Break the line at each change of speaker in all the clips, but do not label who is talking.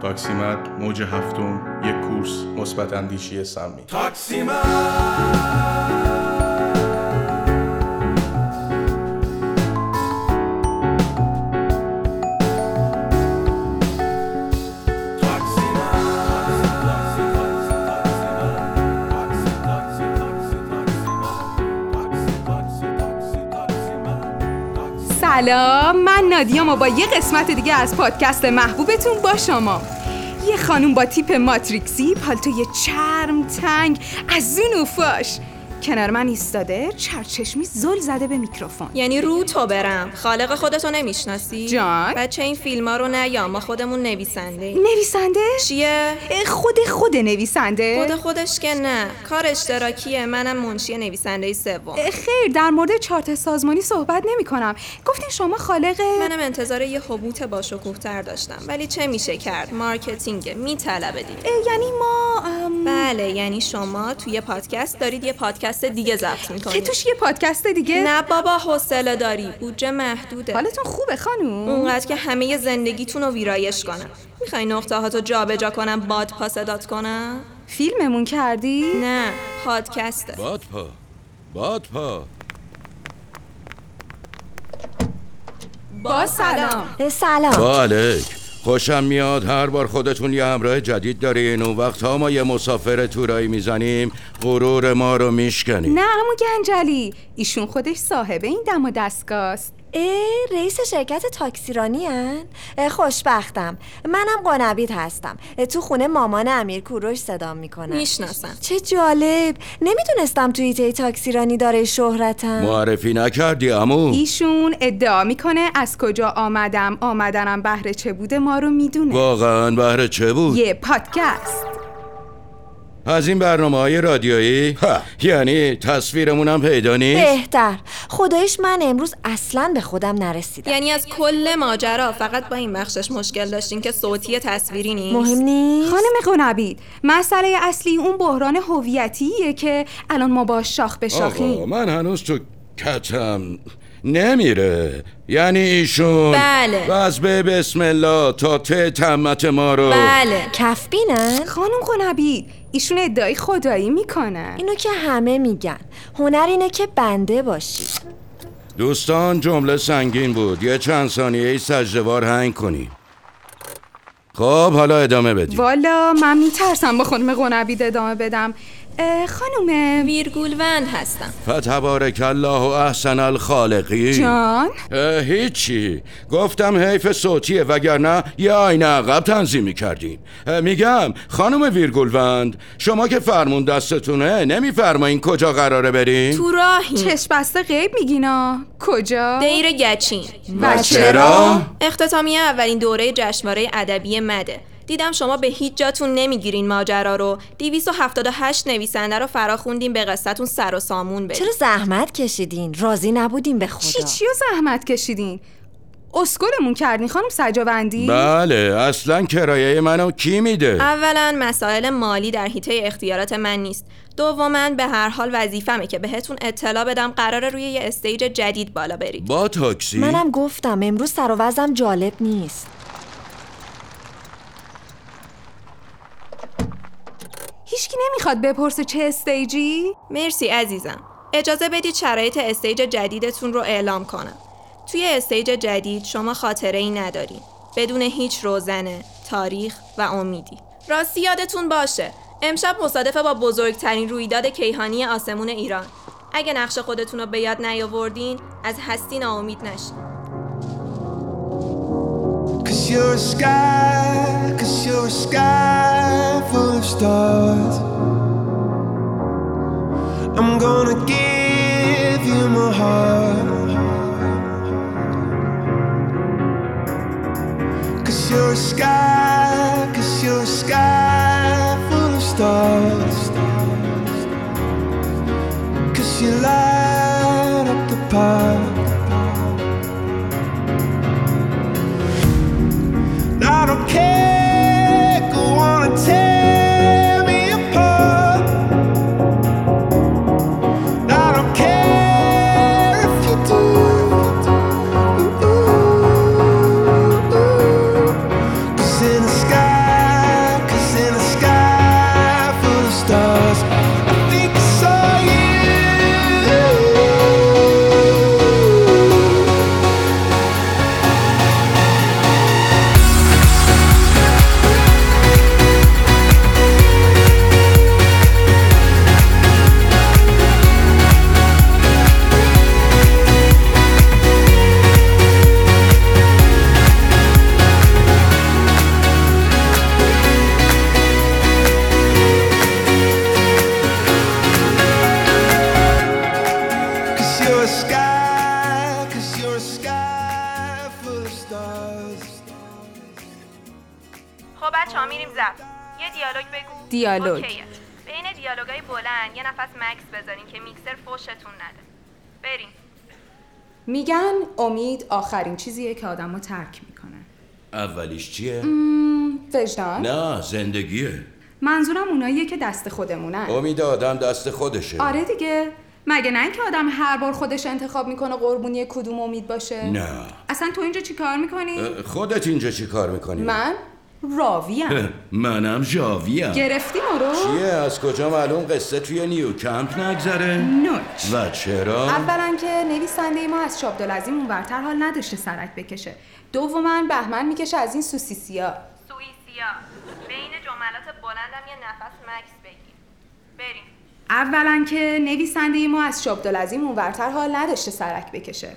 تاکسیمت موج هفتم یک کورس مثبت اندیشی سمی
سلام من نادیام و با یه قسمت دیگه از پادکست محبوبتون با شما یه خانوم با تیپ ماتریکسی پالتوی چرم تنگ از زون و فاش کنار من ایستاده چرچشمی زل زده به میکروفون
یعنی رو تو برم خالق خودتو نمیشناسی
جان؟
بچه این فیلم ها رو نیا ما خودمون نویسنده
نویسنده؟
چیه
اه، خود خود نویسنده؟
خود خودش که نه کار اشتراکیه منم منشی نویسنده سوم
اه، خیر در مورد چارت سازمانی صحبت نمی کنم گفتین شما خالق
منم انتظار یه حبوط باشکوه تر داشتم ولی چه میشه کرد مارکتینگ میطلبه دیگه
اه، یعنی ما ام،
بله یعنی شما توی پادکست دارید یه پادکست دیگه ضبط
که
میکنید
توش یه پادکست دیگه
نه بابا حوصله داری بودجه محدوده
حالتون خوبه خانوم
اونقدر که همه زندگیتون رو ویرایش کنم میخوای نقطه هاتو جابجا کنم باد پا صدات کنم
فیلممون کردی؟
نه پادکسته
بادپا بادپا
با سلام
سلام
بالک بله، خوشم میاد هر بار خودتون یه همراه جدید دارین اون وقت ها ما یه مسافر تورایی میزنیم غرور ما رو میشکنیم
نه امو گنجلی ایشون خودش صاحب این دم و دستگاست
ای رئیس شرکت تاکسیرانی هن؟ اه، خوشبختم منم قنبید هستم اه، تو خونه مامان امیر کوروش صدام میکنم
میشناسم
چه جالب نمیدونستم توی ایته تاکسیرانی داره شهرتم
معرفی نکردی امو
ایشون ادعا میکنه از کجا آمدم آمدنم بهر چه بوده ما رو میدونه
واقعا بهره چه بود
یه پادکست
از این برنامه های رادیویی یعنی تصویرمون هم پیدا نیست
بهتر خدایش من امروز اصلا به خودم نرسیدم
یعنی از کل ماجرا فقط با این بخشش مشکل داشتین که صوتی تصویری نیست
مهم نیست
یعنی خانم قنبید مسئله اصلی اون بحران هویتیه که الان ما با شاخ به
آقا
شاخیم
من هنوز تو کتم نمیره یعنی ایشون
بله.
بس به بسم الله تا ته تمت ما رو
بله
کفبینن
خانم قنبید ایشون ادعای خدایی میکنن
اینو که همه میگن هنر اینه که بنده باشی
دوستان جمله سنگین بود یه چند ثانیه ای سجدوار هنگ کنیم خب حالا ادامه بدیم
والا من میترسم با خانم قنبید ادامه بدم اه، خانم
ویرگولوند هستم
فتبارک الله و احسن الخالقی
جان
اه، هیچی گفتم حیف صوتیه وگرنه یه آینه عقب تنظیم میکردیم میگم خانم ویرگولوند شما که فرمون دستتونه نمیفرمایین کجا قراره بریم
تو راهیم
چشم بسته غیب میگینا کجا
دیر گچین
و
اختتامیه اولین دوره جشنواره ادبی مده دیدم شما به هیچ جاتون نمیگیرین ماجرا رو 278 نویسنده رو فراخوندیم به قصتون سر و سامون بدین
چرا زحمت کشیدین راضی نبودیم به خدا
چی چی رو زحمت کشیدین اسکلمون کردین خانم سجاوندی
بله اصلا کرایه منو کی میده
اولا مسائل مالی در حیطه اختیارات من نیست دوما به هر حال وظیفمه که بهتون اطلاع بدم قراره روی یه استیج جدید بالا برید
با تاکسی
منم گفتم امروز سر و وضعم جالب نیست
هیچکی نمیخواد بپرسه چه استیجی
مرسی عزیزم اجازه بدید شرایط استیج جدیدتون رو اعلام کنم توی استیج جدید شما خاطره ای ندارین بدون هیچ روزنه تاریخ و امیدی راستی یادتون باشه امشب مصادفه با بزرگترین رویداد کیهانی آسمون ایران اگه نقش خودتون رو به یاد نیاوردین از هستی ناامید نشین
Cause you're a sky, cause you're a sky full of stars. I'm gonna give you my heart. Cause you're a sky, cause you're a sky full of stars. Cause you light up the path. I don't care who wanna tear me apart. I don't care if you do. Cause in the sky,
خب بچه ها میریم زب یه دیالوگ بگو
دیالوگ.
اوکیه. بین دیالوگای بلند یه نفس مکس بذارین که میکسر فوشتون نده بریم
میگن امید آخرین چیزیه که آدم رو ترک میکنه
اولیش چیه؟
وجدان
نه زندگیه
منظورم اوناییه که دست خودمونن
امید آدم دست خودشه
آره دیگه مگه نه اینکه آدم هر بار خودش انتخاب میکنه قربونی کدوم امید باشه
نه.
اصلا تو اینجا چیکار میکنی
خودت اینجا چی کار میکنی؟
من راویم
منم جاویم
گرفتی ما رو
چیه از کجا معلوم قصه توی نیو کمپ نگذره؟
نوچ
و چرا؟
اولا که نویسنده ما از شابدالعظیم اونورتر حال نداشته سرک بکشه دوما بهمن میکشه از این سوسیسیا
سوئیسیا بین جملات بلندم یه نفس مکس بگیر بریم
اولا که نویسنده ما از شابدالعظیم اونورتر حال نداشته سرک بکشه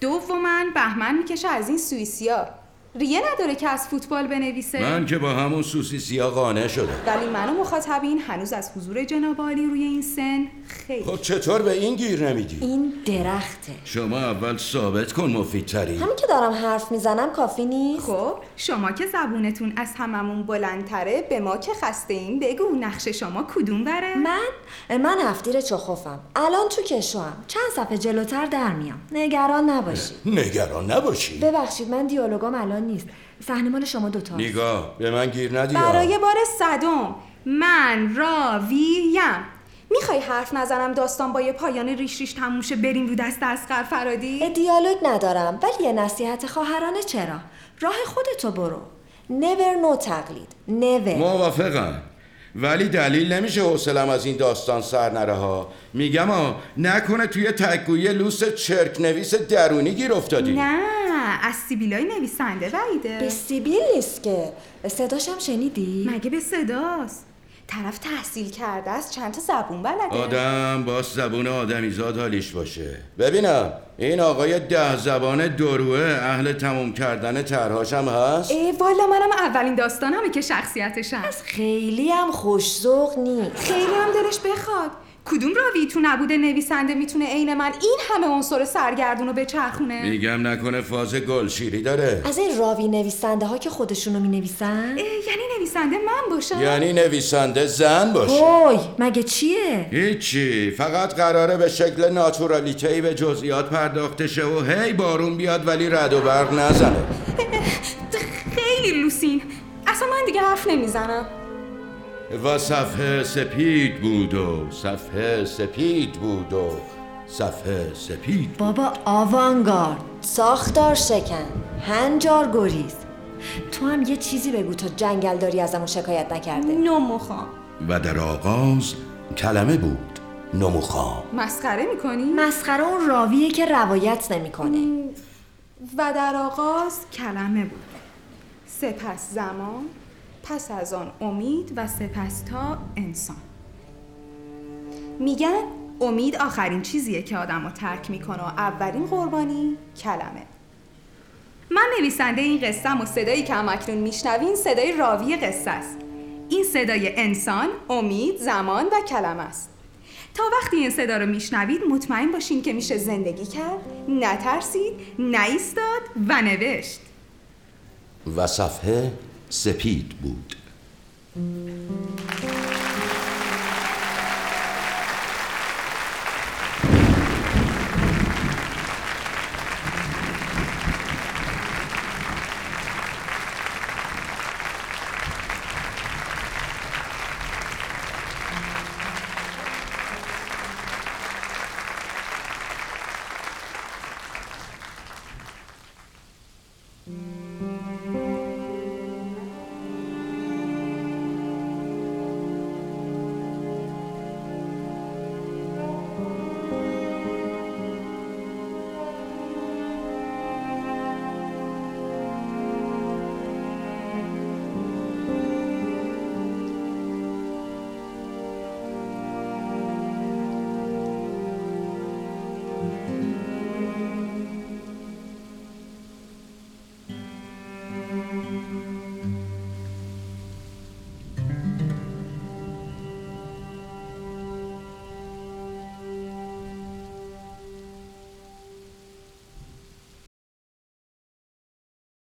دوما بهمن میکشه از این سوئیسیا ریه نداره که از فوتبال بنویسه
من که با همون سوسیسی ها قانع شدم
ولی من و مخاطبین هنوز از حضور جناب عالی روی این سن خیلی
خب چطور به این گیر نمیدی؟
این درخته
شما اول ثابت کن مفیدتری
همین که دارم حرف میزنم کافی نیست
خب شما که زبونتون از هممون بلندتره به ما که خسته این بگو نقش شما کدوم بره
من من هفتیر چخوفم الان تو کشوام چند صفحه جلوتر در میام نگران نباشید
نگران نباشی
ببخشید من دیالوگام الان نیست صحنه مال شما دوتا
نگاه به من گیر ندی
برای بار صدم من راویم میخوای حرف نزنم داستان با یه پایان ریش ریش تموم شه بریم رو دست اسقر فرادی
دیالوگ ندارم ولی یه نصیحت خواهرانه چرا راه خودتو برو never نو تقلید never
موافقم ولی دلیل نمیشه حوصلم از این داستان سر نره ها میگم ها نکنه توی تکگویی لوس چرک نویس درونی گیر افتادی
نه از سیبیلای نویسنده
به
بعیده
سیبیل نیست که صداشم شنیدی
مگه به صداست طرف تحصیل کرده است چند تا زبون بلده
آدم با زبون آدمیزاد حالیش باشه ببینم این آقای ده زبان دروه اهل تموم کردن ترهاشم هست
ای والا منم اولین داستانمه که شخصیتشم
خیلی هم خوشزوق نیست
خیلی هم دلش بخواد کدوم راوی تو نبوده نویسنده میتونه عین من این همه عنصر سرگردون رو بچرخونه
میگم نکنه فاز گلشیری داره
از این راوی نویسنده ها که خودشونو می نویسن
اه، یعنی نویسنده من باشم
یعنی نویسنده زن باشه
اوی مگه چیه
هیچی فقط قراره به شکل ناتورالیتهی به جزئیات پرداخته شه و هی بارون بیاد ولی رد و برق نزنه
خیلی لوسین اصلا من دیگه حرف نمیزنم
و صفحه سپید بود و صفحه سپید بود و صفحه سپید
بابا آوانگارد ساختار شکن هنجار گریز تو هم یه چیزی بگو تا جنگلداری ازمون شکایت نکرده
نو مخام
و در آغاز کلمه بود نموخام
مسخره میکنی؟
مسخره اون راویه که روایت نمیکنه
و در آغاز کلمه بود سپس زمان پس از آن امید و سپس تا انسان میگن امید آخرین چیزیه که آدم رو ترک میکنه و اولین قربانی کلمه من نویسنده این قصه و صدایی که همکنون میشنوین صدای راوی قصه است این صدای انسان، امید، زمان و کلمه است تا وقتی این صدا رو میشنوید مطمئن باشین که میشه زندگی کرد نترسید نایستاد و نوشت
و صفحه سپید بود